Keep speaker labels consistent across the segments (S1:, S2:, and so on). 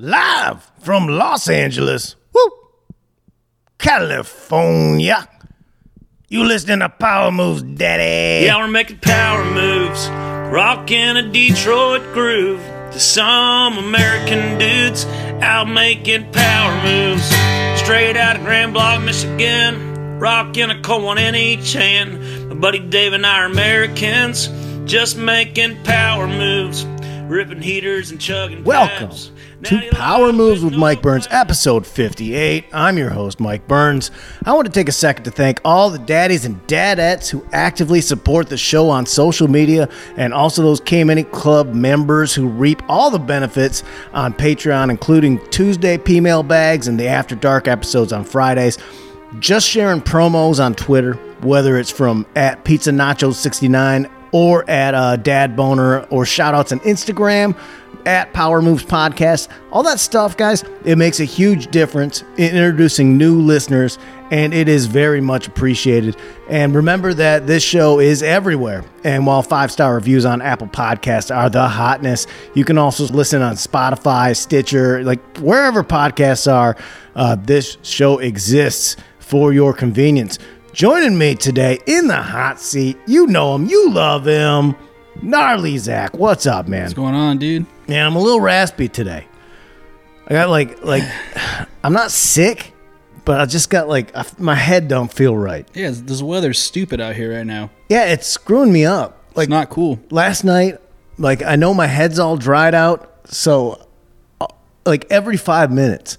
S1: live from Los Angeles, woo, California. You listening to Power Moves, Daddy?
S2: Yeah, we're making power moves, rocking a Detroit groove to some American dudes out making power moves. Straight out of Grand Block, Michigan, rocking a coin in each hand. My buddy Dave and I are Americans, just making power moves, ripping heaters and chugging.
S1: Welcome
S2: pipes. Now
S1: to
S2: you
S1: Power
S2: like
S1: Moves with
S2: no
S1: Mike Burns,
S2: plan.
S1: episode 58. I'm your host, Mike Burns. I want to take a second to thank all the daddies and dadettes who actively support the show on social media and also those K-Minute E Club members who reap all the benefits on Patreon, including Tuesday P-Mail bags and the After Dark episodes on Fridays. Just sharing promos on Twitter, whether it's from at Pizza Nacho 69 or at uh, Dad Boner or shout outs on Instagram at Power Moves Podcast. All that stuff, guys, it makes a huge difference in introducing new listeners and it is very much appreciated. And remember that this show is everywhere. And while five star reviews on Apple Podcasts are the hotness, you can also listen on Spotify, Stitcher, like wherever podcasts are, uh, this show exists for your convenience. Joining me today in the hot seat, you know him, you love him, Gnarly Zach. What's up, man?
S3: What's going on, dude?
S1: Man, I'm a little raspy today. I got like like I'm not sick, but I just got like I, my head don't feel right.
S3: Yeah, this- this weather's stupid out here right now.
S1: Yeah, it's screwing me up.
S3: It's
S1: Like
S3: not cool.
S1: last night, like I know my head's all dried out, so uh, like every 5 minutes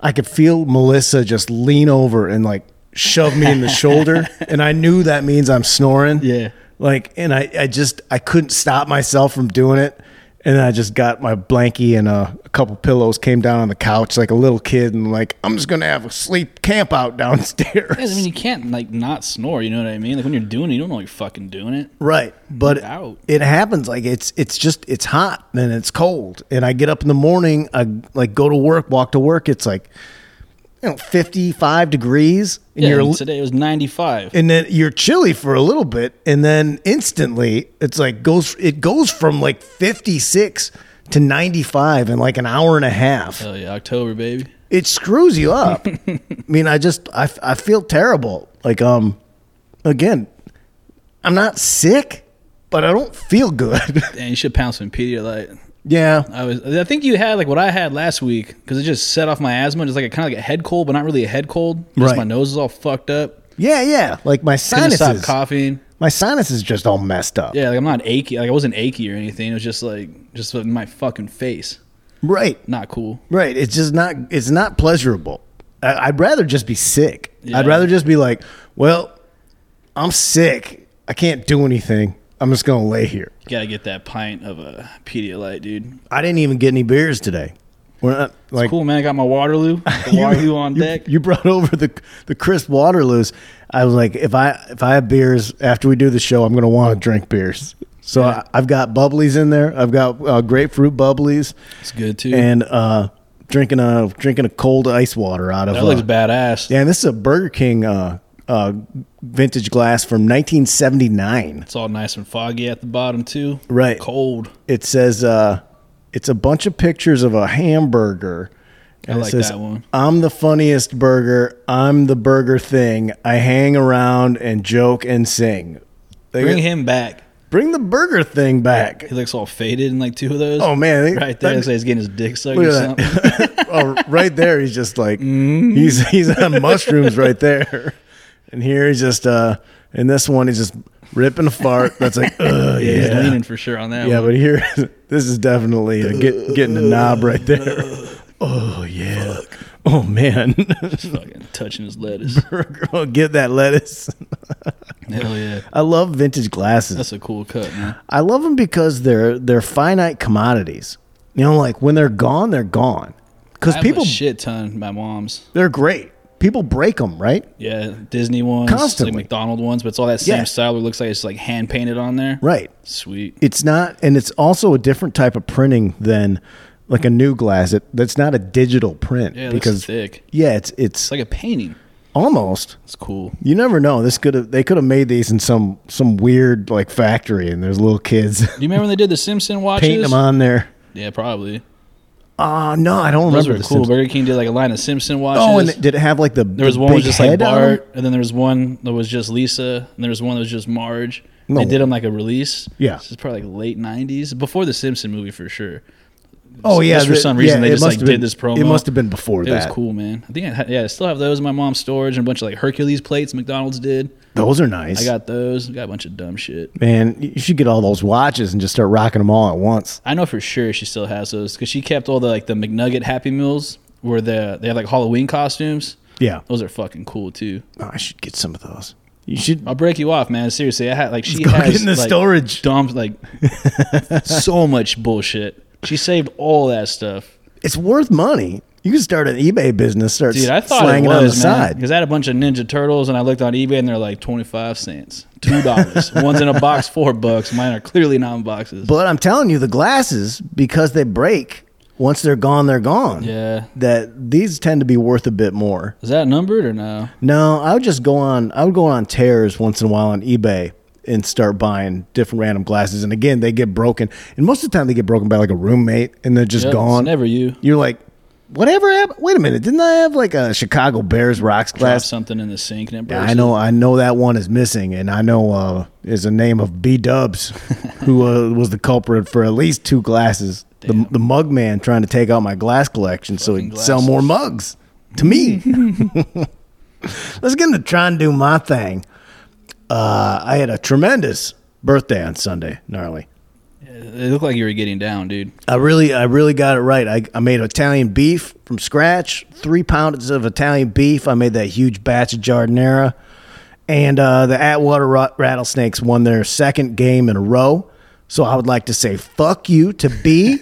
S1: I could feel Melissa just lean over and like shove me in the shoulder and I knew that means I'm snoring.
S3: Yeah.
S1: Like and I I just I couldn't stop myself from doing it. And I just got my blankie and uh, a couple pillows, came down on the couch like a little kid, and like I'm just gonna have a sleep camp out downstairs.
S3: I mean, you can't like not snore. You know what I mean? Like when you're doing it, you don't know you're fucking doing it.
S1: Right, but
S3: out.
S1: it happens. Like it's it's just it's hot and it's cold, and I get up in the morning. I like go to work, walk to work. It's like you know fifty five degrees, and
S3: Yeah,
S1: you're
S3: and today it was 95.
S1: and then you're chilly for a little bit, and then instantly it's like goes it goes from like fifty six to ninety five in like an hour and a half
S3: Hell yeah, October baby.
S1: it screws you up. I mean, I just I, I feel terrible. Like um, again, I'm not sick, but I don't feel good.
S3: And you should pound some Pedialyte.
S1: yeah,
S3: I was. I think you had like what I had last week because it just set off my asthma. It's like a kind of like a head cold, but not really a head cold. Just
S1: Right.
S3: My nose is all fucked up.
S1: yeah, yeah. Like my
S3: Couldn't stop
S1: sinuses,
S3: coughing.
S1: my sinuses just all messed up.
S3: Yeah, like I'm not achy. Like I wasn't achy or anything. It was just like just in my fucking face.
S1: Right,
S3: Not cool.
S1: right. It's just not it's not pleasurable. I, I'd rather just be sick.
S3: Yeah.
S1: I'd rather just be like, well, I'm sick. I can't do anything. I'm just gonna lay here.
S3: You gotta get that pint of a Pedialyte, dude.
S1: I didn't even get any beers today. We're not like
S3: Cool man, I got my Waterloo. The Waterloo on
S1: you,
S3: deck.
S1: You brought over the the crisp Waterloos. I was like, if I if I have beers after we do the show, I'm gonna want to drink beers. So I, I've got bubblies in there. I've got uh, grapefruit bubblies,
S3: It's good too.
S1: and uh, drinking a drinking a cold ice water out of.
S3: that
S1: uh,
S3: looks badass.
S1: Yeah, and this is a Burger King uh, uh, vintage glass from 1979.
S3: It's all nice and foggy at the bottom too.
S1: Right.
S3: Cold.
S1: It says uh, it's a bunch of pictures of a hamburger. And it
S3: like that one.
S1: I'm the funniest burger. I'm the burger thing. I hang around and joke and sing. They-
S3: Bring him back.
S1: bring the burger thing back.
S3: He looks all faded in like two of those.
S1: Oh man, they-
S3: Right there,
S1: that-
S3: it's like he's getting his dick sucked
S1: look
S3: or
S1: at
S3: something.
S1: that. oh, right there, he's just like
S3: Mm-hmm.
S1: he's he's on mushrooms right there. And here he's just uh, in this one he's just ripping a fart. That's like, ugh,
S3: Yeah, he's
S1: yeah.
S3: leaning for sure on that
S1: Yeah,
S3: one.
S1: but here, this is definitely a get, getting a knob right there. Oh yeah. Oh man,
S3: Fucking touching his lettuce.
S1: Girl, get that lettuce.
S3: Hell yeah.
S1: I love vintage glasses.
S3: That's a cool cut, man.
S1: I love them because they're they're finite commodities. You know, like when they're gone, they're gone. Because
S3: I have
S1: people,
S3: a shit ton at my mom's.
S1: they're great. People break them, right?
S3: Yeah, Disney ones,
S1: Constantly.
S3: like McDonald ones, but it's all that same
S1: Yeah.
S3: style. It looks like it's like hand painted on there.
S1: Right.
S3: Sweet.
S1: It's not, and it's also a different type of printing than like a new glass. It, that's not a digital print
S3: Yeah, it looks
S1: because
S3: thick.
S1: yeah, it's it's
S3: It's like a painting.
S1: almost
S3: It's cool.
S1: You never know. This could have they could have made these in some some weird like factory, and there's little kids
S3: Do you remember when they did the Simpson watches?
S1: painting them on there.
S3: Yeah, probably.
S1: Uh, no, I don't
S3: Those
S1: remember.
S3: were
S1: the
S3: cool.
S1: Simpsons.
S3: Burger King did like a line of Simpson watches.
S1: Oh, and did it have like the
S3: there was one that was just like Bart, and then there was one that was just Lisa, and there was one that was just Marge.
S1: No.
S3: They did them like a release.
S1: Yeah.
S3: this is probably like late '90s, before the Simpson movie for sure.
S1: Oh yeah,
S3: just for
S1: the-
S3: some reason they
S1: it
S3: just,
S1: must
S3: like,
S1: have
S3: did
S1: been-
S3: this promo.
S1: It must have been before
S3: It
S1: that.
S3: was cool, man. I think I had, yeah, I still have those in my mom's storage and a bunch of like Hercules plates McDonald's did.
S1: Those are nice.
S3: I got those. I got a bunch of dumb shit.
S1: Man, you should get all those watches and just start rocking them all at once.
S3: I know for sure she still has those because she kept all the like the McNugget Happy Meals where the they have like Halloween costumes.
S1: Yeah,
S3: Those are fucking cool too.
S1: Oh, I should get some of those. You should.
S3: I'll break you off, man. Seriously, I had like she
S1: go
S3: has
S1: get in the
S3: like,
S1: storage.
S3: dump like so much bullshit. She saved all that stuff,
S1: It's worth money. You can start an eBay business. Start
S3: dude. I thought it
S1: slanging on the
S3: was man
S1: side.
S3: because I had a bunch of Ninja Turtles and I looked on eBay and they're like twenty five cents, two dollars. One's in a box, four bucks. Mine are clearly not in boxes.
S1: But I'm telling you, the glasses because they break. Once they're gone, they're gone.
S3: yeah,
S1: That these tend to be worth a bit more.
S3: is that numbered or no?
S1: No, I would just go on. I would go on tears once in a while on eBay and start buying different random glasses. And again, they get broken, and most of the time they get broken by like a roommate, and they're just
S3: Yep,
S1: gone.
S3: It's never you.
S1: You're like, whatever happened? Wait a minute, didn't I have like a Chicago Bears rocks
S3: Drop
S1: glass?
S3: something in the sink and it
S1: Yeah,
S3: bursts.
S1: I know, I know that one is missing, and I know uh, is the name of B Dubs, who uh, was the culprit for at least two glasses. The, the mug man trying to take out my glass collection so he'd
S3: Fucking
S1: sell
S3: glasses.
S1: more mugs to me. Let's get into try and do my thing. Uh, I had a tremendous birthday on Sunday, gnarly.
S3: It looked like you were getting down, dude.
S1: I really, I really got it right. I, I made Italian beef from scratch, three pounds of Italian beef. I made that huge batch of jardinera, and uh, the Atwater Ra- Rattlesnakes won their second game in a row. So I would like to say fuck you to B.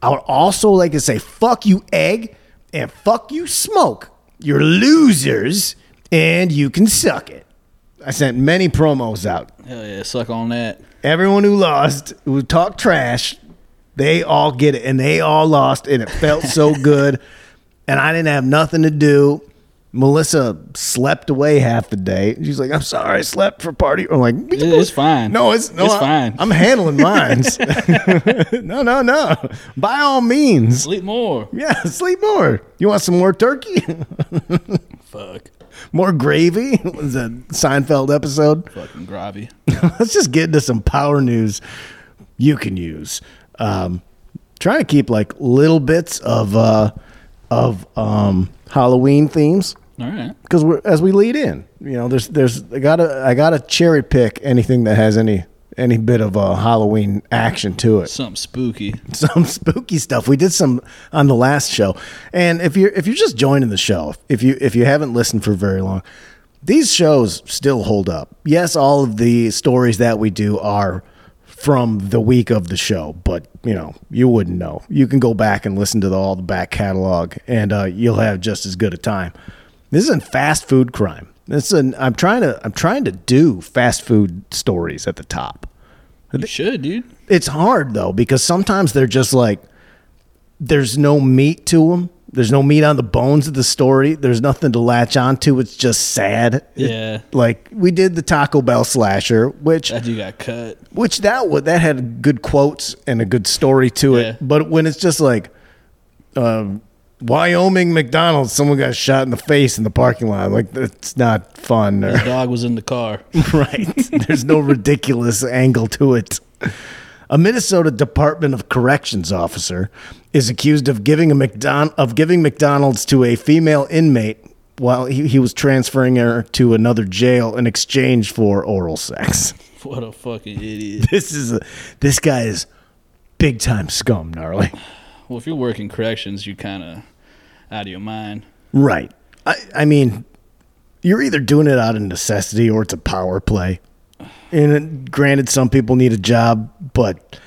S1: I would also like to say fuck you egg and fuck you smoke. You're losers, and you can suck it. I sent many promos out
S3: Hell yeah, suck on that.
S1: everyone who lost, who talked trash, they all get it, and they all lost, and it felt so good. And I didn't have nothing to do. Melissa slept away half the day. She's like, "I'm sorry, I slept for party." I'm like,
S3: it's fine.
S1: No, it's no,
S3: It's
S1: I-
S3: fine.
S1: I'm handling mines. no, no, no. By all means,
S3: Sleep more.
S1: yeah, sleep more. You want some more turkey,
S3: Fuck.
S1: more gravy? Was a Seinfeld episode.
S3: Fucking grabby.
S1: let's just get into some power news you can use. Um, trying to keep like little bits of uh, of um, Halloween themes
S3: All right.
S1: because we're as we lead in. You know, there's there's I gotta I gotta cherry pick anything that has any any bit of uh, Halloween action to it
S3: Something spooky.
S1: some spooky stuff. We did some on the last show. And if you're if you're just joining the show, if you if you haven't listened for very long, these shows still hold up. Yes, all of the stories that we do are from the week of the show, but you know, you wouldn't know. You can go back and listen to the, all the back catalog and uh, you'll have just as good a time. This isn't fast food crime. This is an, I'm trying to I'm trying to do fast food stories at the top
S3: You should, dude.
S1: it's hard though because sometimes they're just like there's no meat to them there's no meat on the bones of the story there's nothing to latch onto it's just sad
S3: Yeah.
S1: like we did the taco bell slasher which
S3: That dude got cut.
S1: which that would that had good quotes and a good story to it
S3: Yeah.
S1: but when it's just like uh, wyoming mcdonald's someone got shot in the face in the parking lot like that's not fun or
S3: The dog was in the car.
S1: Right. There's no ridiculous angle to it. A Minnesota Department of Corrections officer is accused of giving a McDon- of giving McDonald's to a female inmate while he, he was transferring her to another jail in exchange for oral sex.
S3: What a fucking idiot.
S1: This is a, this guy is big time scum, gnarly.
S3: Well, if you're working corrections, you kind of out of your mind.
S1: Right. I, I mean, you're either doing it out of necessity or it's a power play. And it- granted, some people need a job, but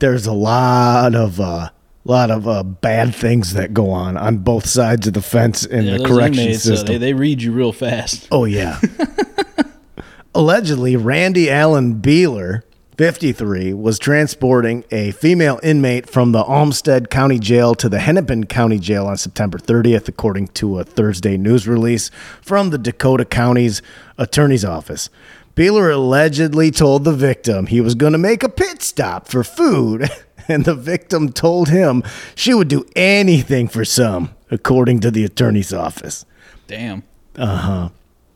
S1: there's a lot of uh, lot of uh, bad things that go on on both sides of the fence in
S3: Yeah,
S1: the
S3: those
S1: correction
S3: inmates, uh,
S1: system.
S3: they, they read you real fast.
S1: Oh yeah. Allegedly, Randy Allen Beeler, 53, was transporting a female inmate from the Olmsted County Jail to the Hennepin County Jail on September 30th, according to a Thursday news release from the Dakota County's attorney's office. Beeler allegedly told the victim he was going to make a pit stop for food and the victim told him she would do anything for some, according to the attorney's office.
S3: Damn.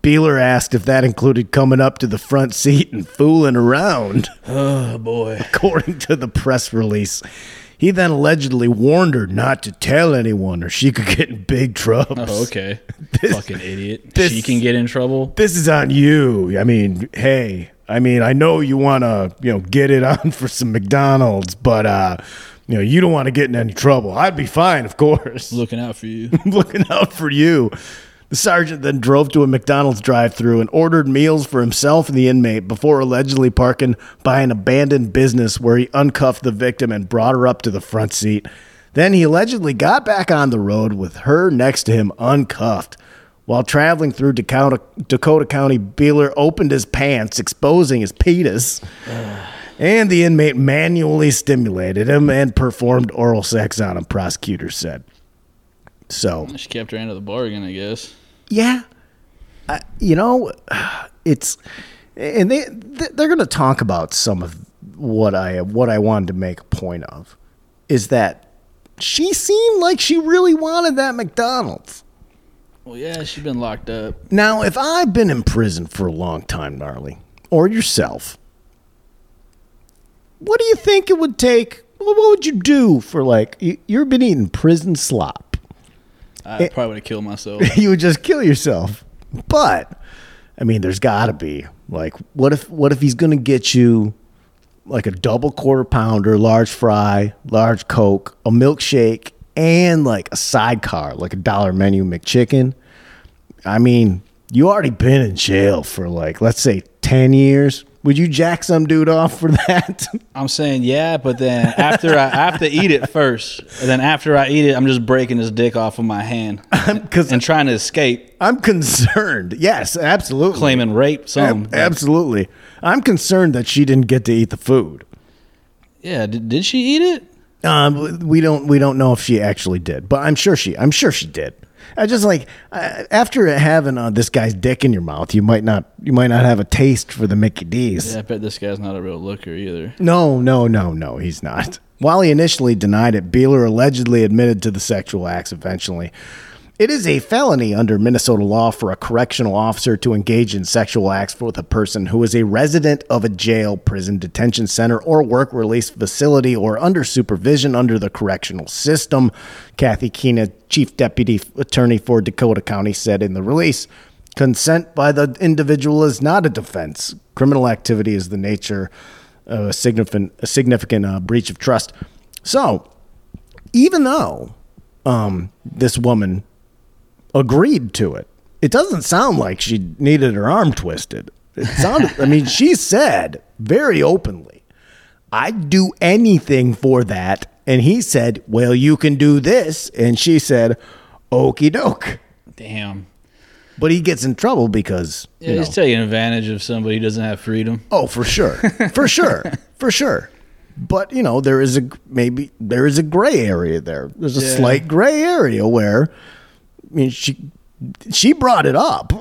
S1: Beeler asked if that included coming up to the front seat and fooling around,
S3: Oh boy.
S1: according to the press release. He then allegedly warned her not to tell anyone or she could get in big trouble.
S3: Oh, okay.
S1: This-
S3: Fucking idiot.
S1: this-
S3: she can get in trouble.
S1: This is on you. I mean, hey, I mean, I know you want to, you know, get it on for some McDonald's, but, uh, you know, you don't want to get in any trouble. I'd be fine, of course.
S3: Looking out for you.
S1: I'm looking out for you. The sergeant then drove to a McDonald's drive through and ordered meals for himself and the inmate before allegedly parking by an abandoned business where he uncuffed the victim and brought her up to the front seat. Then he allegedly got back on the road with her next to him, uncuffed. While traveling through Dakota, Dakota County, Beeler opened his pants, exposing his penis. And the inmate manually stimulated him and performed oral sex on him, prosecutors said. So,
S3: She kept her end of the bargain, I guess.
S1: yeah I, you know it's and they th- they're going to talk about some of what i what i wanted to make a point of is that she seemed like she really wanted that mcdonald's
S3: Well, yeah, she's been locked up.
S1: now if i've been in prison for a long time gnarly or yourself what do you think it would take what what would you do for like you, you've been eating prison slop
S3: I probably would have killed myself.
S1: you would just kill yourself. But I mean, there's got to be like, what if what if he's gonna get you like a double quarter pounder, large fry, large coke, a milkshake, and like a sidecar, like a dollar menu McChicken? I mean, you already been in jail for like let's say ten years. Would you jack some dude off for that?
S3: I'm saying yeah, but then after I, I have to eat it first, and then after I eat it, I'm just breaking his dick off of my hand
S1: Because
S3: and trying to escape,
S1: I'm concerned. Yes, absolutely.
S3: claiming rape. Some
S1: Ab- absolutely. I'm concerned that she didn't get to eat the food.
S3: yeah. Did, did she eat it?
S1: Um, we don't we don't know if she actually did, but I'm sure she I'm sure she did. I just like uh, after having uh, this guy's dick in your mouth, you might not you might not have a taste for the Mickey D's.
S3: Yeah, I bet this guy's not a real looker either.
S1: No, no, no, no, he's not. While he initially denied it, Beeler allegedly admitted to the sexual acts eventually. It is a felony under Minnesota law for a correctional officer to engage in sexual acts with a person who is a resident of a jail, prison, detention center, or work release facility or under supervision under the correctional system, Kathy Keena, Chief Deputy Attorney for Dakota County, said in the release. Consent by the individual is not a defense. Criminal activity is the nature of a significant, a significant uh, breach of trust. So, even though um, this woman agreed to it, it doesn't sound like she needed her arm twisted. It sounded, I mean, she said very openly, I'd do anything for that. And he said, Well, you can do this. And she said, Okey doke.
S3: Damn.
S1: But he gets in trouble because
S3: Yeah, he's taking advantage of somebody who doesn't have freedom.
S1: Oh, for sure, for sure, for sure. But you know, there is a maybe there is a gray area there. There's a
S3: Yeah.
S1: slight gray area where, I mean, she she brought it up.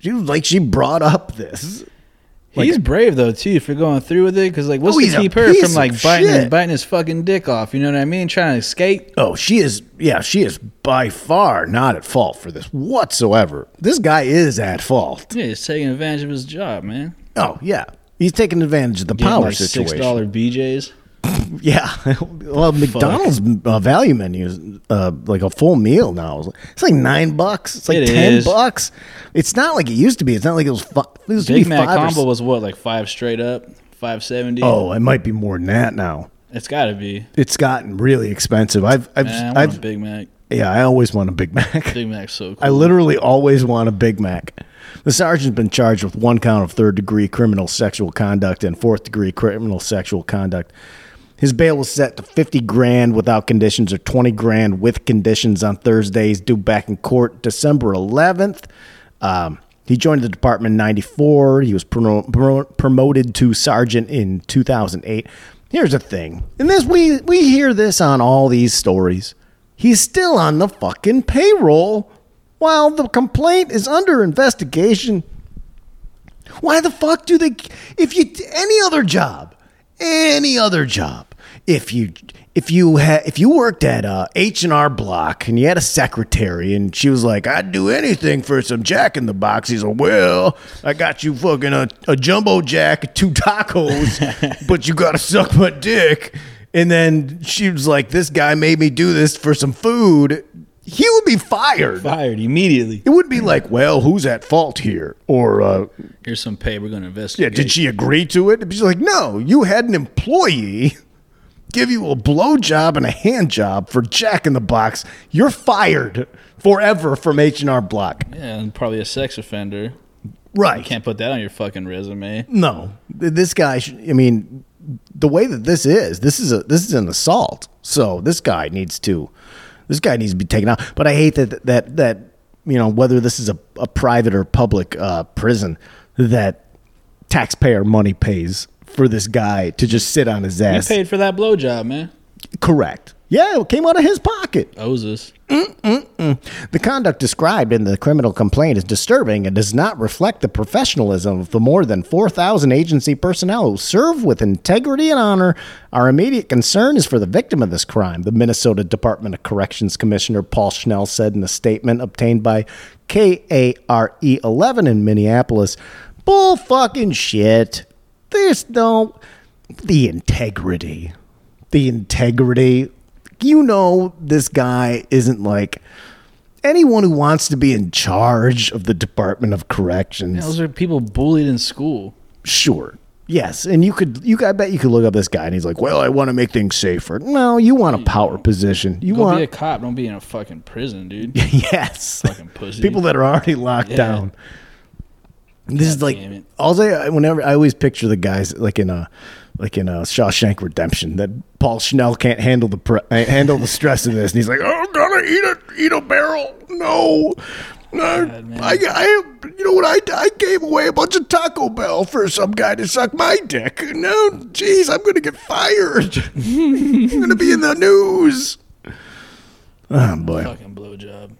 S1: She was like she brought up this.
S3: he's brave though too for going through with it because like what's
S1: Oh,
S3: to
S1: he's a
S3: keep her
S1: piece
S3: from
S1: of
S3: like biting
S1: shit.
S3: biting his fucking dick off? You know what I mean? Trying to escape.
S1: Oh, she is yeah, she is by far not at fault for this whatsoever. This guy is at fault.
S3: Yeah, he's taking advantage of his job, man.
S1: Oh yeah. He's taking advantage of the
S3: Getting,
S1: power
S3: like,
S1: situation.
S3: Six dollar BJ's.
S1: Yeah, well, McDonald's uh, value menu is uh, like a full meal now. It's like- It's like nine bucks. It's like
S3: It
S1: ten
S3: is.
S1: bucks. It's not like it used to be. It's not like it was. Fu- it used to
S3: Big
S1: be
S3: Mac
S1: five or s-
S3: combo was what like five straight up, five seventy.
S1: Oh, it might be more than that now.
S3: it's got to be.
S1: It's gotten really expensive. I've, I've,
S3: Man, I want a
S1: I've
S3: Big Mac.
S1: yeah. I always want a Big Mac.
S3: Big Mac's so cool.
S1: I literally always want a Big Mac. The sergeant's been charged with one count of third degree criminal sexual conduct and fourth degree criminal sexual conduct. His bail was set to 50 grand without conditions or 20 grand with conditions on Thursdays, due back in court December 11th. Um, he joined the department in 94. He was pro- pro- promoted to sergeant in 2008. Here's the thing, and this we we hear this on all these stories. He's still on the fucking payroll while the complaint is under investigation. Why the fuck do they? If you any other job, any other job, if you if you ha- if you worked at uh, H&R Block and you had a secretary and she was like, "I'd do anything for some Jack in the Box." He's like, "Well, I got you fucking a, a jumbo jack, two tacos, but you got to suck my dick." And then she was like, "This guy made me do this for some food." He would be fired.
S3: Fired immediately.
S1: It would be like, "Well, who's at fault here?" Or uh,
S3: Here's some pay. We're gonna
S1: yeah,
S3: investigate.
S1: did she agree to it? She's like, no, you had an employee give you a blowjob and a hand job for Jack in the Box. You're fired forever from H and R Block.
S3: Yeah, and probably a sex offender.
S1: Right?
S3: Can't put that on your fucking resume.
S1: No, Th- this guy. sh- I mean, the way that this is, this is a this is an assault. So this guy needs to, this guy needs to be taken out. But I hate that that that you know whether this is a, a private or public uh, prison that taxpayer money pays for this guy to just sit on his
S3: You
S1: ass.
S3: paid for that blowjob, man.
S1: Correct. Yeah, it came out of his pocket.
S3: Owes us.
S1: The conduct described in the criminal complaint is disturbing and does not reflect the professionalism of the more than 4,000 agency personnel who serve with integrity and honor. Our immediate concern is for the victim of this crime, the Minnesota Department of Corrections Commissioner Paul Schnell said in a statement obtained by KARE 11 E in Minneapolis. Bull fucking shit. There's no. The integrity. The integrity. You know, this guy isn't like anyone who wants to be in charge of the Department of Corrections.
S3: Those are people bullied in school.
S1: sure. Yes, and you could you I bet you could look up this guy and he's like, "Well, I want to make things safer." No, you want a power position. You
S3: Go
S1: want
S3: be a cop. Don't be in a fucking prison, dude.
S1: yes.
S3: Fucking pussy.
S1: People that are already locked
S3: Yeah.
S1: down. This is like
S3: damn it.
S1: all I whenever I always picture the guys like in a like in a Shawshank Redemption that Paul Schnell can't handle the pre- uh, handle the stress of this and he's like oh I'm gonna eat a eat a barrel no no
S3: man.
S1: I, I you know what I I gave away a bunch of Taco Bell for some guy to suck my dick no jeez I'm gonna get fired I'm gonna be in the news oh boy
S3: fucking blowjob.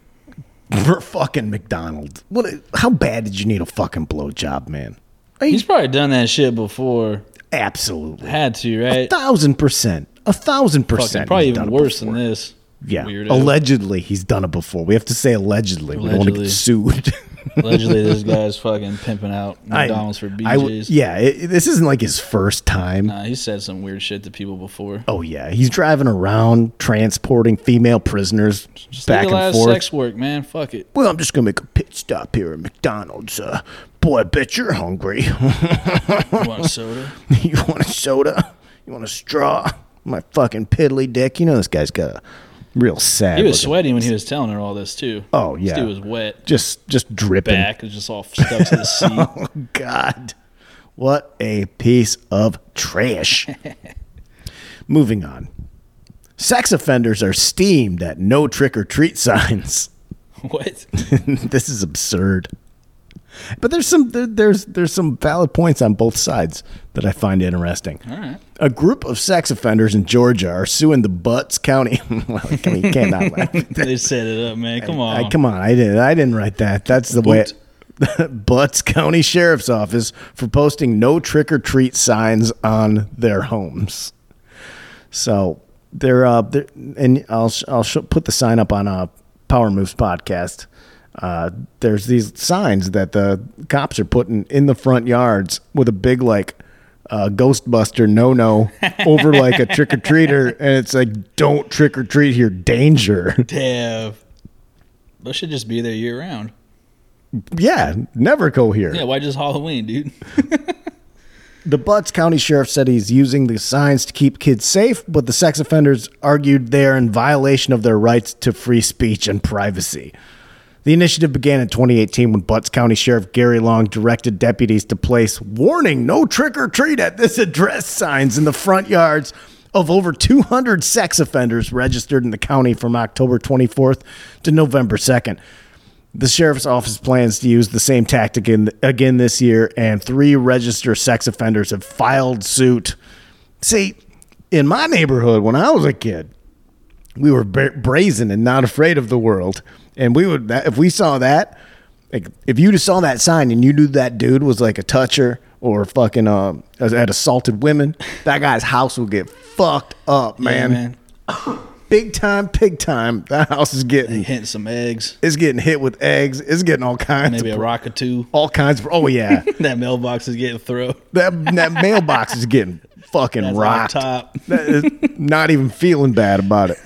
S1: for fucking McDonald's. What? How bad did you need a fucking blowjob, man?
S3: He's probably done that shit before.
S1: Absolutely,
S3: Had to, right?
S1: thousand percent, a thousand
S3: Fucking
S1: percent.
S3: probably
S1: he's
S3: even
S1: done it
S3: worse than
S1: before.
S3: this.
S1: Yeah,
S3: Weirdo.
S1: allegedly he's done it before. We have to say allegedly. We don't want to get
S3: Allegedly.
S1: sued.
S3: Allegedly, this guy's fucking pimping out
S1: I-
S3: McDonald's for BJ's.
S1: I w- yeah, it, this isn't like his first time.
S3: Nah, he said some weird shit to people before.
S1: Oh yeah, he's driving around transporting female prisoners back and
S3: Legalize
S1: forth.
S3: sex work, man. Fuck it.
S1: Well, I'm just gonna make a pit stop here at McDonald's. Uh, boy, I bet you're hungry.
S3: You want a soda?
S1: You want a soda? You want a straw? My fucking piddly dick. You know this guy's got a real sad.
S3: He was
S1: looking-
S3: sweating when he was telling her all this too.
S1: Oh,
S3: This
S1: yeah.
S3: dude was wet.
S1: Just just dripping.
S3: Back was just all stuck to the seat.
S1: Oh God. What a piece of trash. Moving on. Sex offenders are steamed at no trick or treat signs.
S3: what?
S1: this is absurd. But there's some there, there's there's some valid points on both sides that I find interesting.
S3: All right.
S1: A group of sex offenders in Georgia are suing the Butts County. well, I mean, you can't not laugh. at that.
S3: They set it up, man. Come on.
S1: I, come on, I didn't. I didn't write that. That's the way.
S3: Boot.
S1: Butts County Sheriff's Office for posting no trick or treat signs on their homes. So they're uh, they're, and I'll sh- I'll sh- put the sign up on uh, Power Moves podcast. Uh, there's these signs that the cops are putting in the front yards with a big like uh, Ghostbuster no no over like a trick or treater, and it's like don't trick or treat here, danger.
S3: Damn. Those should just be there year round.
S1: yeah, never go here.
S3: Yeah, why just Halloween, dude?
S1: The Butts County Sheriff said he's using the signs to keep kids safe, but the sex offenders argued they are in violation of their rights to free speech and privacy. The initiative began in 2018 when Butts County Sheriff Gary Long directed deputies to place warning no trick or treat at this address signs in the front yards of over 200 sex offenders registered in the county from October 24th to November 2nd. The sheriff's office plans to use the same tactic in, again this year, and three registered sex offenders have filed suit. See, in my neighborhood when I was a kid, we were bra- brazen and not afraid of the world, and we would that- if we saw that, like if you just saw that sign and you knew that dude was like a toucher or fucking uh, had assaulted women, that guy's house will get fucked up, man.
S3: man.
S1: Big time, big time. That house is getting
S3: Hitting some eggs,
S1: it's getting hit with eggs. It's getting all kinds
S3: maybe
S1: of
S3: a rock or two.
S1: all kinds of. Oh yeah,
S3: That mailbox is getting thrown.
S1: that that mailbox is getting fucking
S3: That's
S1: rocked.
S3: on top.
S1: That is- not even feeling bad about it.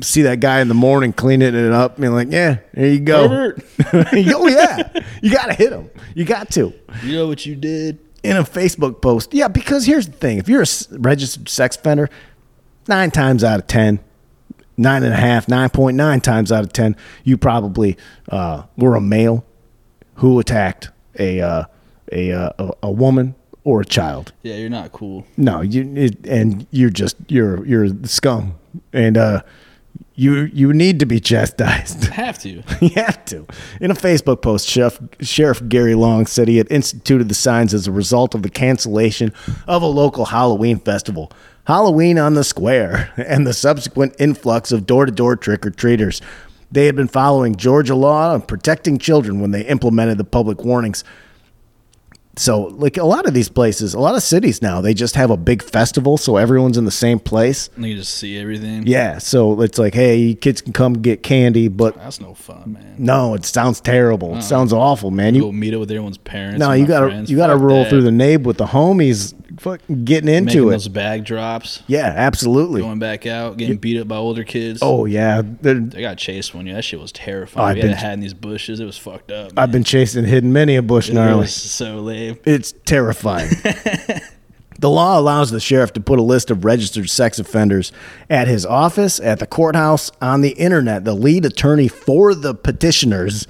S1: See that guy in the morning cleaning it up, being like, "Yeah, there you go."
S3: Pervert.
S1: oh yeah, you gotta hit him. You got to
S3: You know what you did?
S1: in a Facebook post. Yeah, because here's the thing: if you're a s- registered sex offender, nine times out of ten, nine and a half, nine point nine times out of ten, you probably uh, were a male who attacked a uh, a, uh, a a woman or a child.
S3: Yeah, you're not cool.
S1: No, you it, and you're just you're you're the scum, and uh, you you need to be chastised.
S3: Have to.
S1: You have to. In a Facebook post, Sheriff, Sheriff Gary Long said he had instituted the signs as a result of the cancellation of a local Halloween festival, Halloween on the Square, and the subsequent influx of door to door trick or treaters. They had been following Georgia law on protecting children when they implemented the public warnings. So, like a lot of these places, a lot of cities now, they just have a big festival, so everyone's in the same place.
S3: And you just see everything.
S1: Yeah, so it's like, hey, kids can come get candy, but
S3: That's no
S1: Mm-hmm.
S3: fun, man.
S1: no, it sounds terrible. It sounds awful, man.
S3: You Uh-uh. go
S1: You
S3: meet up with everyone's parents.
S1: no,
S3: and
S1: you
S3: my
S1: gotta
S3: friends.
S1: you gotta
S3: Fuck
S1: roll
S3: that.
S1: through the nab with the homies, fucking getting
S3: Making
S1: into it.
S3: those bag drops,
S1: yeah, absolutely.
S3: going back out, getting beat up by older kids.
S1: oh yeah, There-
S3: I got chased one year. That shit was terrifying.
S1: I've
S3: we had
S1: been-
S3: a hat in these bushes. It was fucked up.
S1: I've
S3: man.
S1: been chasing hidden many a bush
S3: It
S1: gnarly.
S3: was so lame.
S1: It's terrifying. the law allows the sheriff to put a list of registered sex offenders at his office, at the courthouse, on the internet. The lead attorney for the petitioners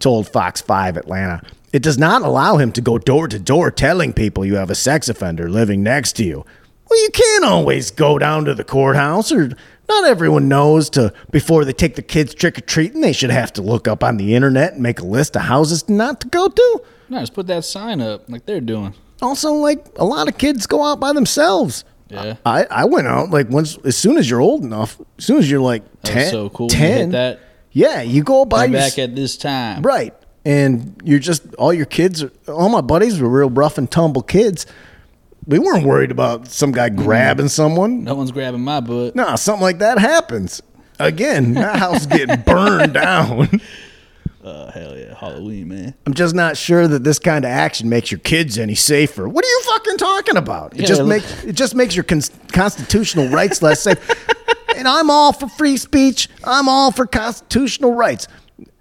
S1: told Fox 5 Atlanta. It does not allow him to go door to door telling people you have a sex offender living next to you. Well, you can't always go down to the courthouse, or not everyone knows to before they take the kids trick or treating, they should have to look up on the internet and make a list of houses not to go to.
S3: No, just put that sign up like they're doing.
S1: Also, like a lot of kids go out by themselves.
S3: Yeah.
S1: I, I went out like once as soon as you're old enough, as soon as you're like
S3: That
S1: 10,
S3: was so cool. when you
S1: 10
S3: hit that.
S1: Yeah, you go by
S3: I'm
S1: your,
S3: back at this time.
S1: right. And you're just all your kids are, all my buddies were real rough and tumble kids. We weren't worried about some guy grabbing someone.
S3: Mm. No one's grabbing my butt.
S1: Nah, something like that happens. Again, that house getting burned down.
S3: Oh, hell yeah. Halloween, man.
S1: I'm just not sure that this kind of action makes your kids any safer. What are you fucking talking about? It
S3: Yeah,
S1: just
S3: they're-
S1: makes it just makes your cons- constitutional rights less safe. and I'm all for free speech. I'm all for constitutional rights.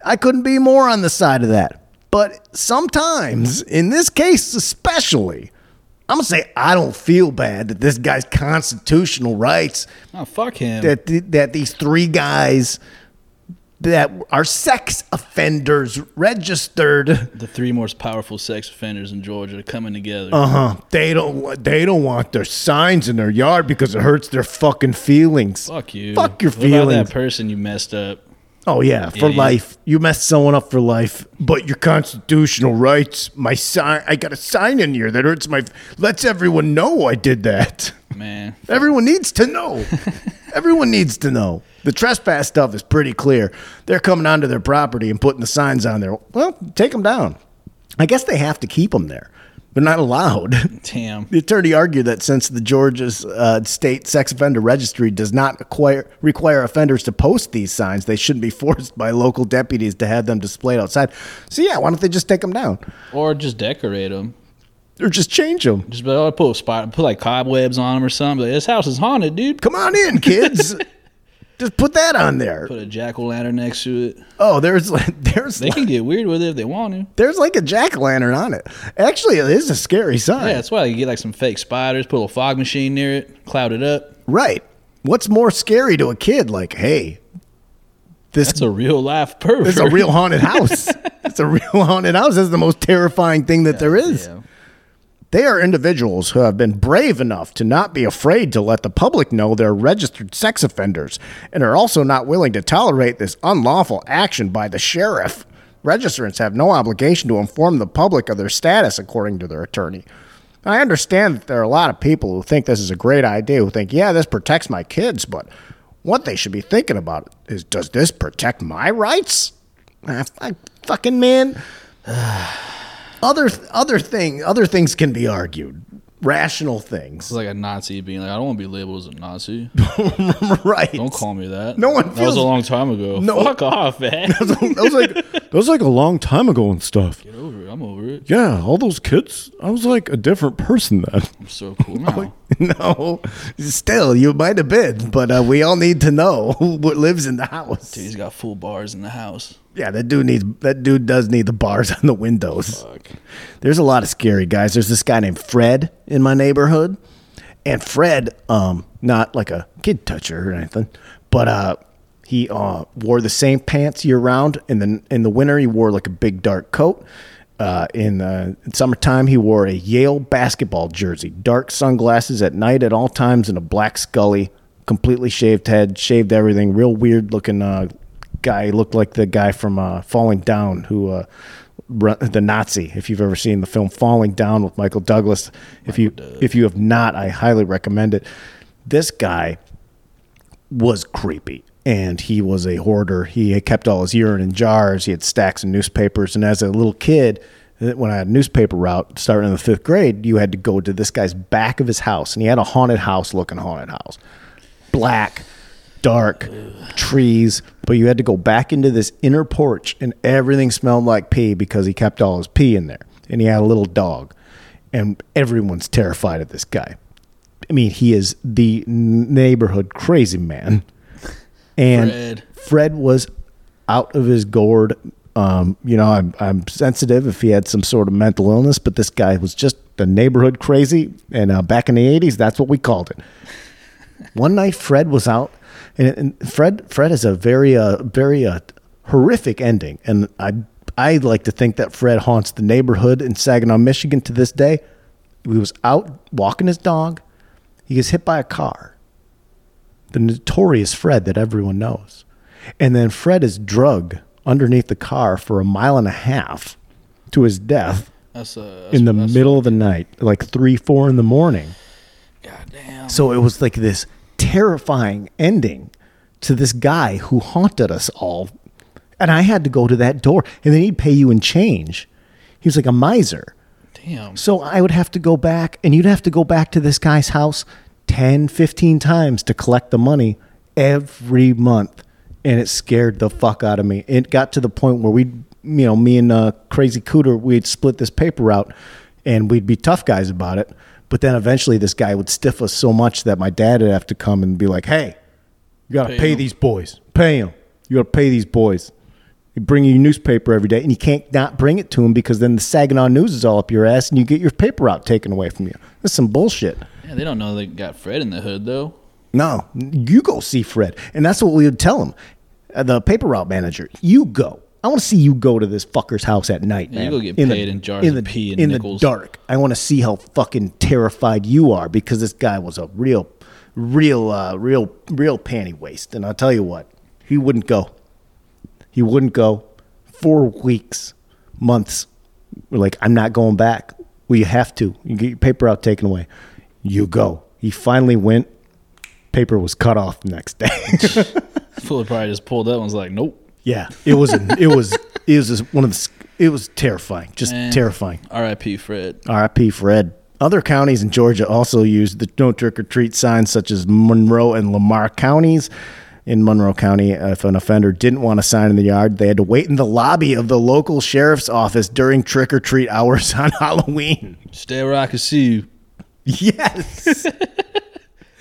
S1: I couldn't be more on the side of that. But sometimes, in this case especially, I'm gonna say I don't feel bad that this guy's constitutional rights
S3: Oh, fuck him.
S1: that th- that these three guys that are sex offenders registered
S3: the three most powerful sex offenders in Georgia coming together.
S1: Uh-huh. They don't wa- they don't want their signs in their yard because it hurts their fucking feelings.
S3: Fuck you.
S1: Fuck your
S3: What about
S1: feelings.
S3: that person you messed up.
S1: Oh yeah, for
S3: Idiot.
S1: life. You messed someone up for life. But your constitutional rights, my sign I got a sign in here that hurts my lets everyone know I did that.
S3: Man.
S1: Everyone needs to know. Everyone needs to know. The trespass stuff is pretty clear. They're coming onto their property and putting the signs on there. Well, take them down. I guess they have to keep them there. They're not allowed.
S3: Damn.
S1: The attorney argued that since the Georgia's uh, state sex offender registry does not acquire, require offenders to post these signs, they shouldn't be forced by local deputies to have them displayed outside. So yeah, why don't they just take them down
S3: Or just decorate them.
S1: or just change them?
S3: Just be like, oh, put a spot, put like cobwebs on them or something. Like, this house is haunted, dude.
S1: Come on in, kids. just put that on there.
S3: Put a jack o' lantern next to it.
S1: Oh, there's like- there's
S3: They
S1: like,
S3: can get weird with it if they want to.
S1: there's like a jack o' lantern on it. Actually, it is a scary sign.
S3: Yeah, that's why you get like some fake spiders, put a little fog machine near it, cloud it up.
S1: Right. What's more scary to a kid? Like, hey, this
S3: That's a real life pervert.
S1: It's a real haunted house. it's a real haunted house. That's the most terrifying thing that there is.
S3: Yeah.
S1: They are individuals who have been brave enough to not be afraid to let the public know they're registered sex offenders and are also not willing to tolerate this unlawful action by the sheriff. Registrants have no obligation to inform the public of their status, according to their attorney. I understand that there are a lot of people who think this is a great idea, who think, yeah, this protects my kids, but what they should be thinking about is, does this protect my rights? Ah, fuck- fucking man. Other other thing, other things can be argued. Rational things,
S3: It's like a Nazi being like, I don't want to be labeled as a Nazi.
S1: right?
S3: Don't call me that.
S1: No one
S3: That was
S1: feels-
S3: a long time ago.
S1: No-
S3: Fuck off, man.
S1: that was like that was like a long time ago and stuff.
S3: Get over it. I'm over it.
S1: Yeah, all those kids. I was like a different person then.
S3: I'm so cool now.
S1: no, still you might have been, but uh, we all need to know what lives in the house.
S3: Dude, he's got full bars in the house.
S1: Yeah, that dude needs that dude does need the bars on the windows.
S3: Fuck.
S1: There's a lot of scary guys. There's this guy named Fred in my neighborhood. And Fred, um, not like a kid toucher or anything, but uh he uh wore the same pants year round. In the in the winter he wore like a big dark coat. Uh, in the summertime, he wore a Yale basketball jersey, dark sunglasses at night at all times, and a black scully, completely shaved head, shaved everything, real weird looking uh, guy looked like the guy from uh, Falling Down, who uh, run, the Nazi. If you've ever seen the film Falling Down with Michael Douglas, if you if you have not, I highly recommend it. This guy was creepy and he was a hoarder. He had kept all his urine in jars. He had stacks of newspapers. And as a little kid, uh, when I had newspaper route starting in the fifth grade, you had to go to this guy's back of his house. And he had a haunted house looking haunted house. Black, dark, trees. But you had to go back into this inner porch and everything smelled like pee because he kept all his pee in there. And he had a little dog. And everyone's terrified of this guy. I mean, he is the n- neighborhood crazy man. And
S3: Fred.
S1: Fred, was out of his gourd. Um, you know, I'm, I'm sensitive if he had some sort of mental illness, but this guy was just the neighborhood crazy. And uh, back in the 80s, that's what we called it. One night, Fred was out, and, and Fred Fred has a very uh, very uh, horrific ending, and I I like to think that Fred haunts the neighborhood in Saginaw, Michigan to this day. He was out walking his dog. He gets hit by a car. The notorious Fred that everyone knows, and then Fred is drugged underneath the car for a mile and a half to his death
S3: That's uh,
S1: in the
S3: that's,
S1: middle of the night, like three four in the morning.
S3: God damn.
S1: So it was like this terrifying ending to this guy who haunted us all. And I had to go to that door, and then he'd pay you in change. He was like a miser.
S3: Damn.
S1: So I would have to go back, and you'd have to go back to this guy's house 10, 15 times to collect the money every month. And it scared the fuck out of me. It got to the point where we'd, you know, me and uh, Crazy Cooter, we'd split this paper out and we'd be tough guys about it. But then eventually this guy would stiff us so much that my dad would have to come and be like, hey, you got to
S3: Pay
S1: pay,
S3: 'em.
S1: these boys. Pay them. You got to pay these boys. You bring your newspaper every day, and you can't not bring it to them because then the Saginaw News is all up your ass, and you get your paper out taken away from you. That's some bullshit.
S3: Yeah, they don't know they got Fred in the hood though.
S1: No, you go see Fred, and that's what we would tell him. Uh, The paper route manager, you go. I want to see you go to this fucker's house at night,
S3: Yeah,
S1: man.
S3: you go get paid in jars
S1: in the,
S3: of pee and
S1: in
S3: nickels.
S1: the dark. I want to see how fucking terrified you are because this guy was a real, real, uh, real, real panty waste. And I'll tell you what, he wouldn't go. He wouldn't go. Four weeks, months. We're like, I'm not going back. Well, you have to. You get your paper out taken away. You go. He finally went. Paper was cut off the next day.
S3: Fuller probably just pulled up and was like, nope.
S1: yeah, it was. It was. It was just one of the. s- It was terrifying. Just
S3: Man.
S1: terrifying.
S3: R.I.P. Fred.
S1: RIP Fred. Other counties in Georgia also used the no trick or treat signs, such as Monroe and Lamar counties. In Monroe County, if an offender didn't want a sign in the yard, they had to wait in the lobby of the local sheriff's office during trick or treat hours on Halloween.
S3: Stay where I can see you.
S1: Yes.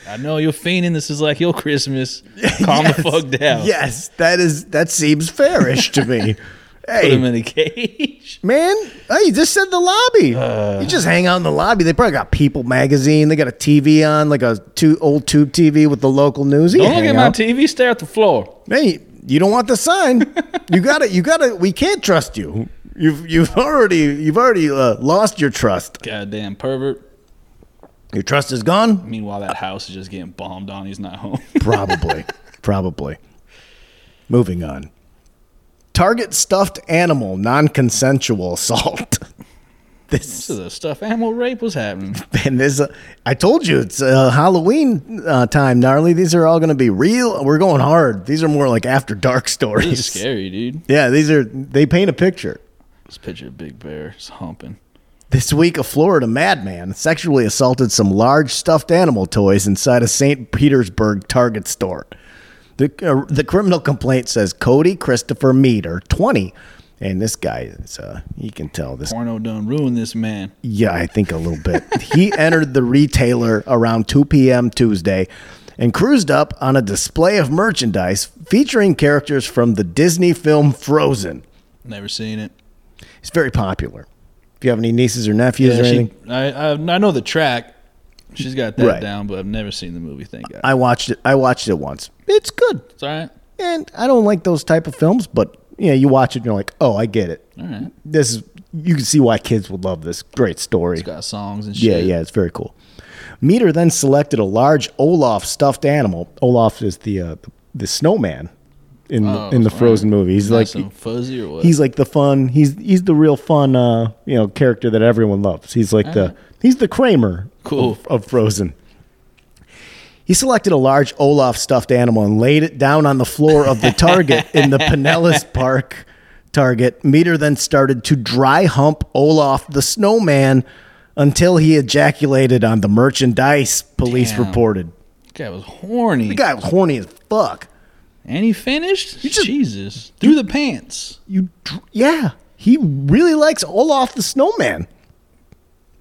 S3: I know you're fiending. This is like your Christmas. Calm the fuck down.
S1: Yes, that is that seems fairish to me.
S3: Put him
S1: Hey,
S3: in a cage.
S1: man, hey, you just said the lobby.
S3: Uh.
S1: you just hang out in the lobby. They probably got People magazine. They got a TV on, like a two, old tube TV with the local news. You
S3: Don't
S1: hang
S3: look at my
S1: out.
S3: TV. Stare at the floor.
S1: Man, you, you don't want the sign. you got to You got to We can't trust you. You've you've already you've already uh, lost your trust.
S3: Goddamn pervert.
S1: Your trust is gone.
S3: Meanwhile, that house is just getting bombed on. He's not home.
S1: Probably, probably. Moving on. Target stuffed animal non-consensual assault.
S3: this
S1: This
S3: is a stuff animal rape was happening.
S1: and this. Uh, I told you it's uh, Halloween uh, time, gnarly. These are all going to be real. We're going hard. These are more like after dark
S3: This is
S1: stories.
S3: scary, dude.
S1: Yeah, these are. They paint a picture.
S3: This picture of Big Bear is humping.
S1: This week, a Florida madman sexually assaulted some large stuffed animal toys inside a St. Petersburg Target store. The, uh, the criminal complaint says Cody Christopher Meter, 20. And this guy is, uh, you can tell this.
S3: Porno done ruined this man.
S1: Yeah, I think a little bit. he entered the retailer around 2 p.m. Tuesday and cruised up on a display of merchandise featuring characters from the Disney film Frozen.
S3: Never seen it.
S1: It's very popular. If you have any nieces or nephews
S3: Yeah,
S1: or
S3: she-
S1: anything,
S3: I, I I know the track. She's got that
S1: Right.
S3: down, but I've never seen the movie. Thank God.
S1: I watched it. I watched it once. It's good.
S3: it's all right.
S1: and I don't like those type of films, but you know, you watch it and you're like, oh, I get it.
S3: All right.
S1: This is you can see why kids would love this great story.
S3: It's got songs and shit.
S1: Yeah, yeah, it's very cool. Meter then selected a large Olaf stuffed animal. Olaf is the uh, the snowman in
S3: Oh,
S1: the, in the
S3: right.
S1: Frozen movie. He's
S3: Not
S1: like
S3: some fuzzy or what?
S1: he's like the fun. He's he's the real fun uh, you know character that everyone loves. He's like the he's the Kramer
S3: Uh-huh. Cool.
S1: of, of Frozen. He selected a large Olaf stuffed animal and laid it down on the floor of the Target in the Pinellas Park Target. Meter then started to dry hump Olaf the snowman until he ejaculated on the merchandise. Police
S3: Damn.
S1: reported.
S3: This guy was horny.
S1: The guy was horny as fuck.
S3: and he finished.
S1: just-
S3: Jesus, through the pants.
S1: You, dr- yeah, he really likes Olaf the snowman.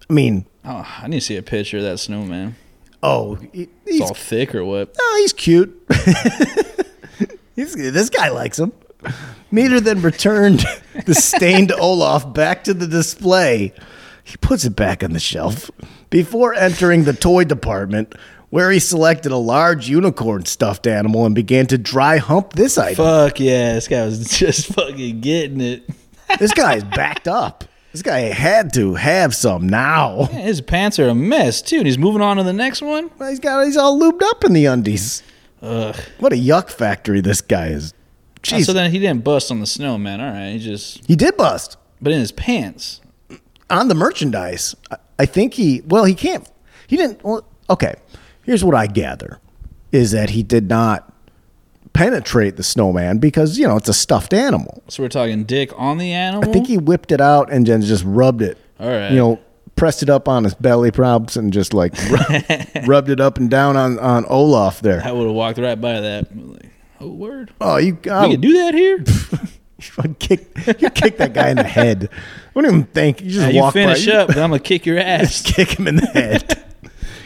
S1: I mean,
S3: Oh, I need to see a picture of that snowman.
S1: oh, he- he's,
S3: It's all thick or what?
S1: oh, he's cute. he's, this guy likes him. Meter then returned the stained Olaf back to the display. He puts it back on the shelf before entering the toy department, where he selected a large unicorn stuffed animal and began to dry hump this item.
S3: Fuck yeah, this guy was just fucking getting it.
S1: This guy is backed up. This guy had to have some now.
S3: Man, his pants are a mess too, and he's moving on to the next one.
S1: Well, He's got he's all lubed up in the undies.
S3: Ugh.
S1: What a yuck factory this guy is.
S3: Oh,
S1: Jeez,
S3: so then he didn't bust on the snowman. All right, he just
S1: he did bust
S3: but in his pants.
S1: on the merchandise. I, I think he well he can't he didn't well okay. Here's what I gather is that he did not penetrate the snowman because you know it's a stuffed animal.
S3: So we're talking dick on the animal.
S1: I think he whipped it out and then just rubbed it.
S3: Mm-hmm. All right.
S1: You know, pressed it up on his belly props and just like rub- rubbed it up and down on on Olaf
S3: I
S1: there.
S3: would have walked right by that. Like, oh word,
S1: Oh, you
S3: we
S1: got
S3: can do that here.
S1: Fucking kick you kick that guy in the head. I don't even think you just
S3: Now, you
S1: walk
S3: finish
S1: by.
S3: up, and I'm gonna kick your ass.
S1: kick him in the head.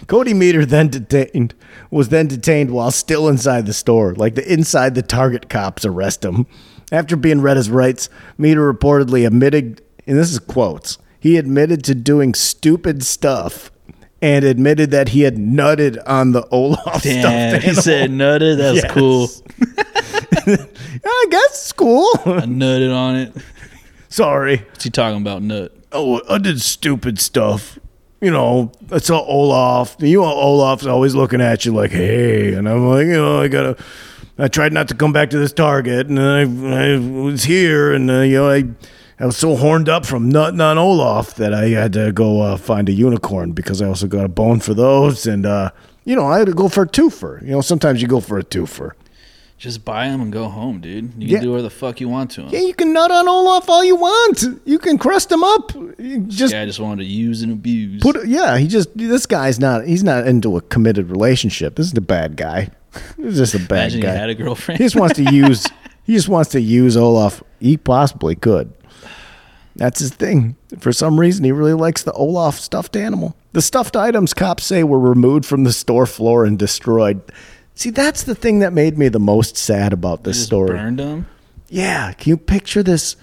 S1: Cody Meter then detained was then detained while still inside the store. Like the inside the Target cops arrest him. After being read his rights, Meter reportedly admitted and this is quotes. He admitted to doing stupid stuff and admitted that he had nutted on the Olaf
S3: Damn,
S1: stuffed
S3: he
S1: animal.
S3: said nutted. That's
S1: Yes.
S3: cool.
S1: I guess it's cool.
S3: I nutted on it.
S1: Sorry.
S3: What's he talking about? Nut.
S1: oh, I did stupid stuff. You know, I saw Olaf. You know, Olaf's always looking at you like, hey. And I'm like, you know, I gotta. I tried not to come back to this target, and then I, I was here, and uh, you know, I, I was so horned up from nutting on Olaf that I had to go uh, find a unicorn because I also got a bone for those, and uh, you know, I had to go for a twofer. You know, sometimes you go for a twofer.
S3: Just buy him and go home, dude. You can
S1: Yeah.
S3: do whatever the fuck you want to him.
S1: Yeah, you can nut on Olaf all you want. You can crust him up. You just
S3: Yeah, I just wanted to use and abuse.
S1: Put yeah, he just this guy's not he's not into a committed relationship. This is the bad guy. This is just a bad
S3: Imagine
S1: guy.
S3: he had a girlfriend.
S1: he just wants to use he just wants to use Olaf. He possibly could. That's his thing. For some reason, he really likes the Olaf stuffed animal. The stuffed items cops say were removed from the store floor and destroyed. See, that's the thing that made me the most sad about this
S3: Just
S1: story.
S3: burned him.
S1: Yeah, can you picture this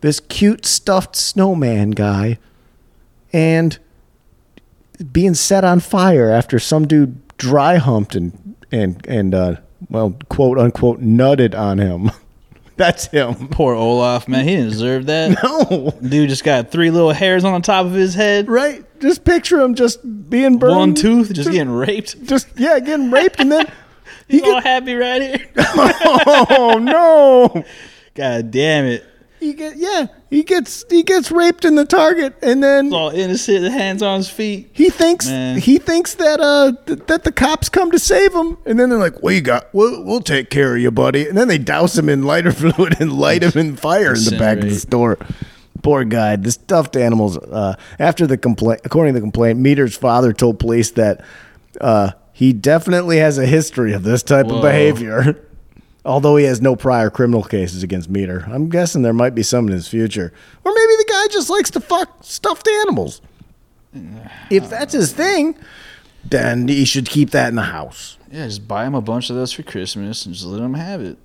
S1: this cute stuffed snowman guy and being set on fire after some dude dry humped and and and uh well, quote unquote nutted on him. That's him.
S3: Poor Olaf, man. He didn't deserve that.
S1: No.
S3: Dude just got three little hairs on the top of his head.
S1: Right? Just picture him just being burned.
S3: One tooth, just, getting raped.
S1: just yeah, getting raped and then he
S3: He's all
S1: get,
S3: happy right here.
S1: Oh no.
S3: God damn it.
S1: He get yeah, he gets he gets raped in the target and then
S3: He's all innocent, the hands on his feet.
S1: He thinks
S3: Man.
S1: he thinks that uh th- that the cops come to save him, and then they're like, "We got, we'll, we'll take care of you, buddy." And then they douse him in lighter fluid and light him in fire in the back of the
S3: Incinerate.
S1: store. Poor guy. The stuffed animals. Uh, after the complaint, according to the complaint, Meter's father told police that uh, he definitely has a history of this type
S3: Whoa.
S1: of behavior. Although he has no prior criminal cases against Meter, I'm guessing there might be some in his future, or maybe the guy just likes to fuck stuffed animals. If that's his thing, then he should keep that in the house.
S3: Yeah, just buy him a bunch of those for Christmas and just let him have it.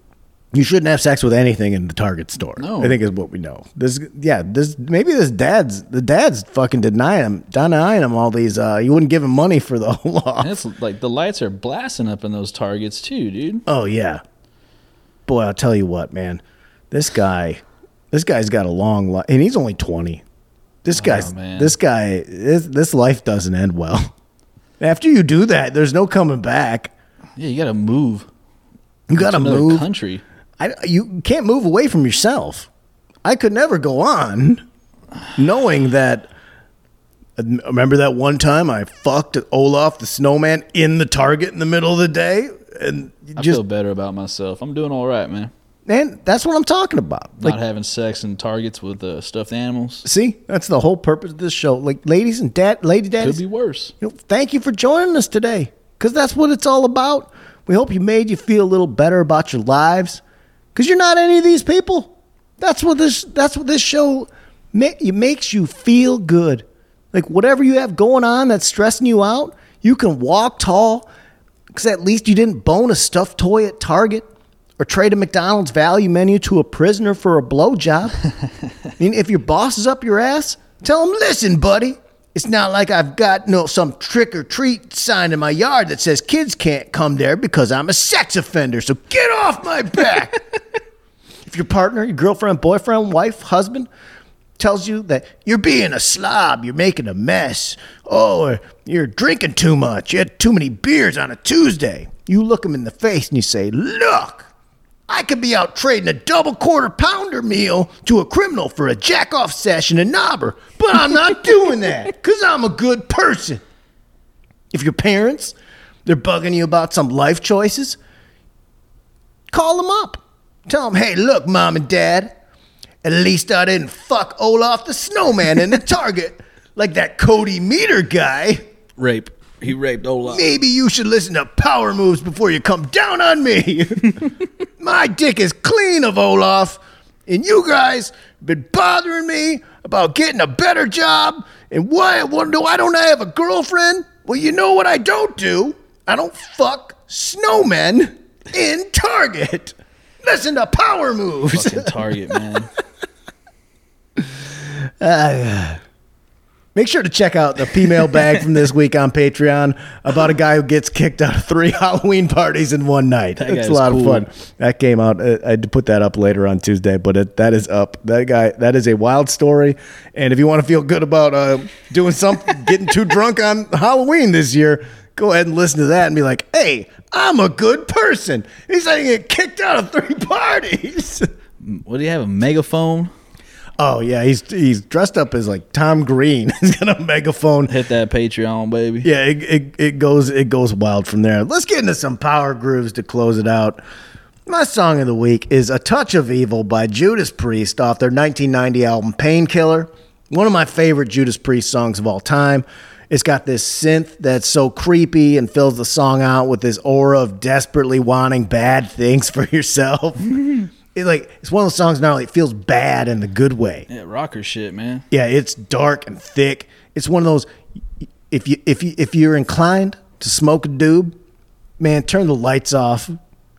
S1: You shouldn't have sex with anything in the Target store.
S3: No.
S1: I think is what we know. This, yeah, this maybe this dad's the dad's fucking denying him, denying him all these. Uh, you wouldn't give him money for the whole
S3: And
S1: law.
S3: it's like the lights are blasting up in those targets too, dude.
S1: Oh yeah, boy, I'll tell you what, man, this guy, this guy's got a long life, and he's only twenty. This guy's,
S3: man.
S1: this guy, this, this life doesn't end well. After you do that, there's no coming back.
S3: Yeah, you gotta move.
S1: You got to
S3: Another
S1: move.
S3: country.
S1: I, you can't move away from yourself. I could never go on knowing that. Remember that one time I fucked Olaf the snowman in the Target in the middle of the day, and
S3: I
S1: just
S3: feel better about myself. I'm doing all right, man.
S1: and that's what I'm talking about. Like,
S3: Not having sex in targets with uh, stuffed animals
S1: see, that's the whole purpose of this show. Like, ladies and dad, lady
S3: could
S1: daddies,
S3: be worse.
S1: you know, thank you for joining us today because that's what it's all about. We hope you made you feel a little better about your lives because you're not any of these people. That's what this that's what this show ma- it makes you feel good. Like whatever you have going on that's stressing you out, you can walk tall because at least you didn't bone a stuffed toy at Target or trade a McDonald's value menu to a prisoner for a blowjob. I mean, if your boss is up your ass, tell him, listen, buddy, it's not like I've got no some trick or treat sign in my yard that says kids can't come there because I'm a sex offender. So get off my back. if your partner, your girlfriend, boyfriend, wife, husband tells you that you're being a slob, you're making a mess, oh, or you're drinking too much, you had too many beers on a Tuesday, you look him in the face and you say, look. I could be out trading a double quarter pounder meal to a criminal for a jack off session in Knobber, but I'm not doing that because I'm a good person. If your parents, they're bugging you about some life choices, call them up. Tell them, hey, look, mom and dad, at least I didn't fuck Olaf the snowman in the Target like that Cody Meter guy.
S3: Rape. He raped Olaf.
S1: Maybe you should listen to power moves before you come down on me. My dick is clean of Olaf, and you guys been bothering me about getting a better job. And why, why do I don't have a girlfriend? Well, you know what I don't do? I don't fuck snowmen in Target. Listen to power moves.
S3: Fucking target, man.
S1: Make sure to check out the female bag from this week on Patreon about a guy who gets kicked out of three Halloween parties in one night.
S3: That guy
S1: It's a
S3: is
S1: lot
S3: cool.
S1: of fun. That came out. uh, I had to put that up later on Tuesday, but it, that is up. That guy. That is a wild story. And if you want to feel good about uh, doing something, getting too drunk on Halloween this year, go ahead and listen to that and be like, "Hey, I'm a good person." He's like get kicked out of three parties.
S3: What do you have? A megaphone?
S1: Oh yeah, he's he's dressed up as like Tom Green. he's got a megaphone.
S3: Hit that Patreon, baby.
S1: yeah, it, it, it goes it goes wild from there. Let's get into some power grooves to close it out. My song of the week is "A Touch of Evil" by Judas Priest off their 1990 album Painkiller. One of my favorite Judas Priest songs of all time. It's got this synth that's so creepy and fills the song out with this aura of desperately wanting bad things for yourself. it like it's one of those songs not only it feels bad in the good way.
S3: Yeah, rocker shit, man.
S1: Yeah, it's dark and thick. It's one of those if you if you if you're inclined to smoke a doob, man, turn the lights off,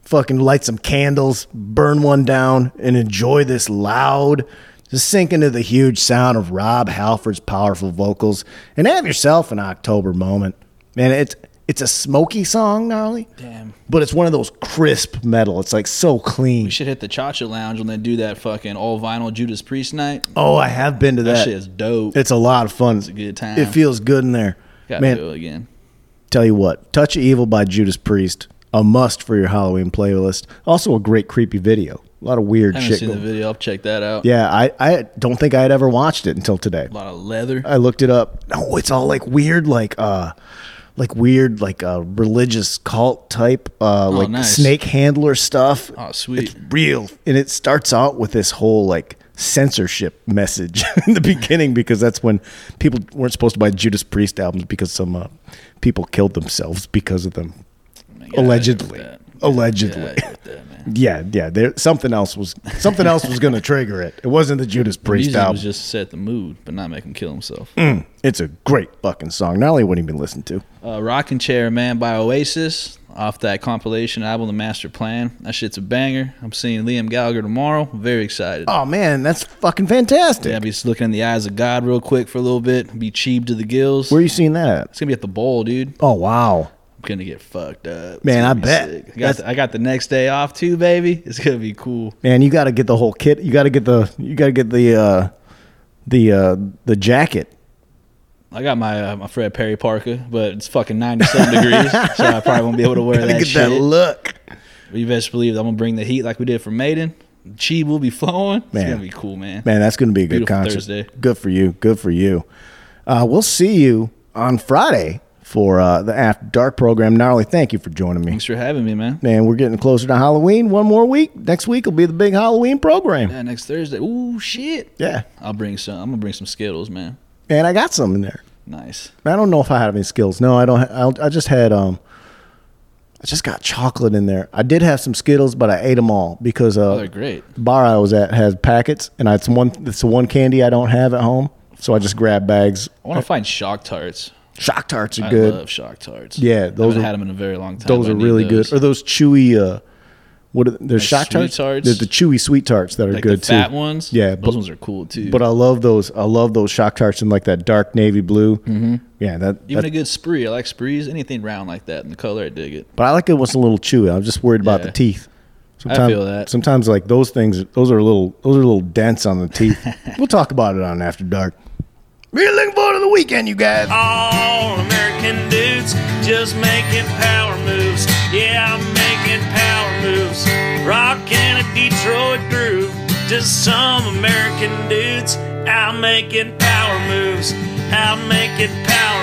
S1: fucking light some candles, burn one down, and enjoy this loud. Just sink into the huge sound of Rob Halford's powerful vocals and have yourself an October moment. Man, it's it's a smoky song, gnarly.
S3: Damn.
S1: But it's one of those crisp metal. It's like so clean.
S3: We should hit the Cha Cha Lounge when they do that fucking all vinyl Judas Priest night.
S1: Oh, I have been to that.
S3: That shit is dope.
S1: It's a lot of fun. It's a
S3: good time.
S1: It feels good in there.
S3: Gotta
S1: Man,
S3: do it again.
S1: tell you what, Touch of Evil by Judas Priest, a must for your Halloween playlist. Also a great creepy video. A lot of weird
S3: I haven't
S1: shit.
S3: seen the
S1: going-
S3: video. I'll check that out.
S1: Yeah, I, I don't think I had ever watched it until today.
S3: A lot of leather.
S1: I looked it up. No, it's all like weird, like uh like weird, like uh religious cult type, uh like
S3: Oh, nice.
S1: snake handler stuff.
S3: Oh, sweet.
S1: Real. And it starts out with this whole like censorship message in the beginning because that's when people weren't supposed to buy Judas Priest albums because some uh, people killed themselves because of them.
S3: I gotta
S1: Allegedly.
S3: get with that.
S1: Allegedly.
S3: Yeah, I get with that, man.
S1: Yeah, yeah. There something else was something else was going to trigger it. It wasn't the Judas Priest
S3: Music
S1: album. Mm.
S3: was just to set the mood, but not make him kill himself.
S1: it's a great fucking song. Not only would he been listened to.
S3: Uh, Rockin' Chair Man by Oasis off that compilation album, The Master Plan. That shit's a banger. I'm seeing Liam Gallagher tomorrow. Very excited.
S1: Oh man, that's fucking fantastic.
S3: Yeah, I'll be just looking in the eyes of God real quick for a little bit. Be cheap to the gills.
S1: Where are you seeing that? At?
S3: it's gonna be at the bowl, dude.
S1: Oh wow.
S3: I'm gonna get fucked up. It's
S1: Man,
S3: gonna
S1: I
S3: be
S1: bet.
S3: sick. I
S1: That's-
S3: got, the, I got the next day off too, baby. It's gonna be cool.
S1: Man, you got to get the whole kit. You got to get the you got to get the uh the uh the jacket.
S3: I got my uh, my Fred Perry parka, but it's fucking 97 degrees, so I probably won't be able to wear
S1: Gotta
S3: that
S1: get
S3: shit.
S1: that look.
S3: But you best believe I'm gonna bring the heat like we did for Maiden. Chi will be flowing.
S1: Man.
S3: It's gonna be cool, man.
S1: Man, that's going to be a good
S3: Beautiful
S1: concert.
S3: Thursday.
S1: Good for you. Good for you. Uh, we'll see you on Friday for uh, the After Dark program. Gnarly, thank you for joining me.
S3: Thanks for having me, man.
S1: Man, we're getting closer to Halloween. One more week. Next week will be the big Halloween program.
S3: Yeah, next Thursday. Ooh, shit.
S1: Yeah.
S3: I'll bring some. I'm gonna bring some Skittles, man.
S1: Man, I got some in there.
S3: Nice.
S1: I don't know if I have any skills. No, I don't. Ha- I, I just had um, I just got chocolate in there. I did have some Skittles, but I ate them all because uh,
S3: Oh, they're great.
S1: the bar I was at has packets, and I, it's one. It's the one candy I don't have at home, so I just grabbed bags.
S3: I want to find shock tarts.
S1: Shock tarts are
S3: I
S1: uh, good.
S3: love shock tarts.
S1: Yeah, those
S3: those haven't
S1: are-
S3: had them in a very long time.
S1: those
S3: but I
S1: are
S3: need
S1: really
S3: those.
S1: good. Or those chewy. Uh, what are, there's shock
S3: sweet
S1: tarts?
S3: tarts?
S1: There's the chewy sweet tarts that are
S3: like
S1: good
S3: the fat
S1: too.
S3: ones.
S1: Yeah,
S3: those
S1: but-
S3: ones are cool too.
S1: But uh, I love those. I love those shock tarts in like that dark navy blue. Mm-hmm. Yeah, that.
S3: even
S1: that-
S3: a good spree. I like sprees. Anything round like that in the color, I dig it.
S1: but I like it when it's a little chewy. I'm just worried about
S3: Yeah.
S1: the teeth.
S3: feel that.
S1: Sometimes like those things, those are a little, those are a little dense on the teeth. we'll talk about it on After Dark. Really looking forward to the weekend, you guys.
S2: All American dudes just making power moves. Yeah, I'm making power moves. Rocking a Detroit groove. Just some American dudes out making power moves. Out making power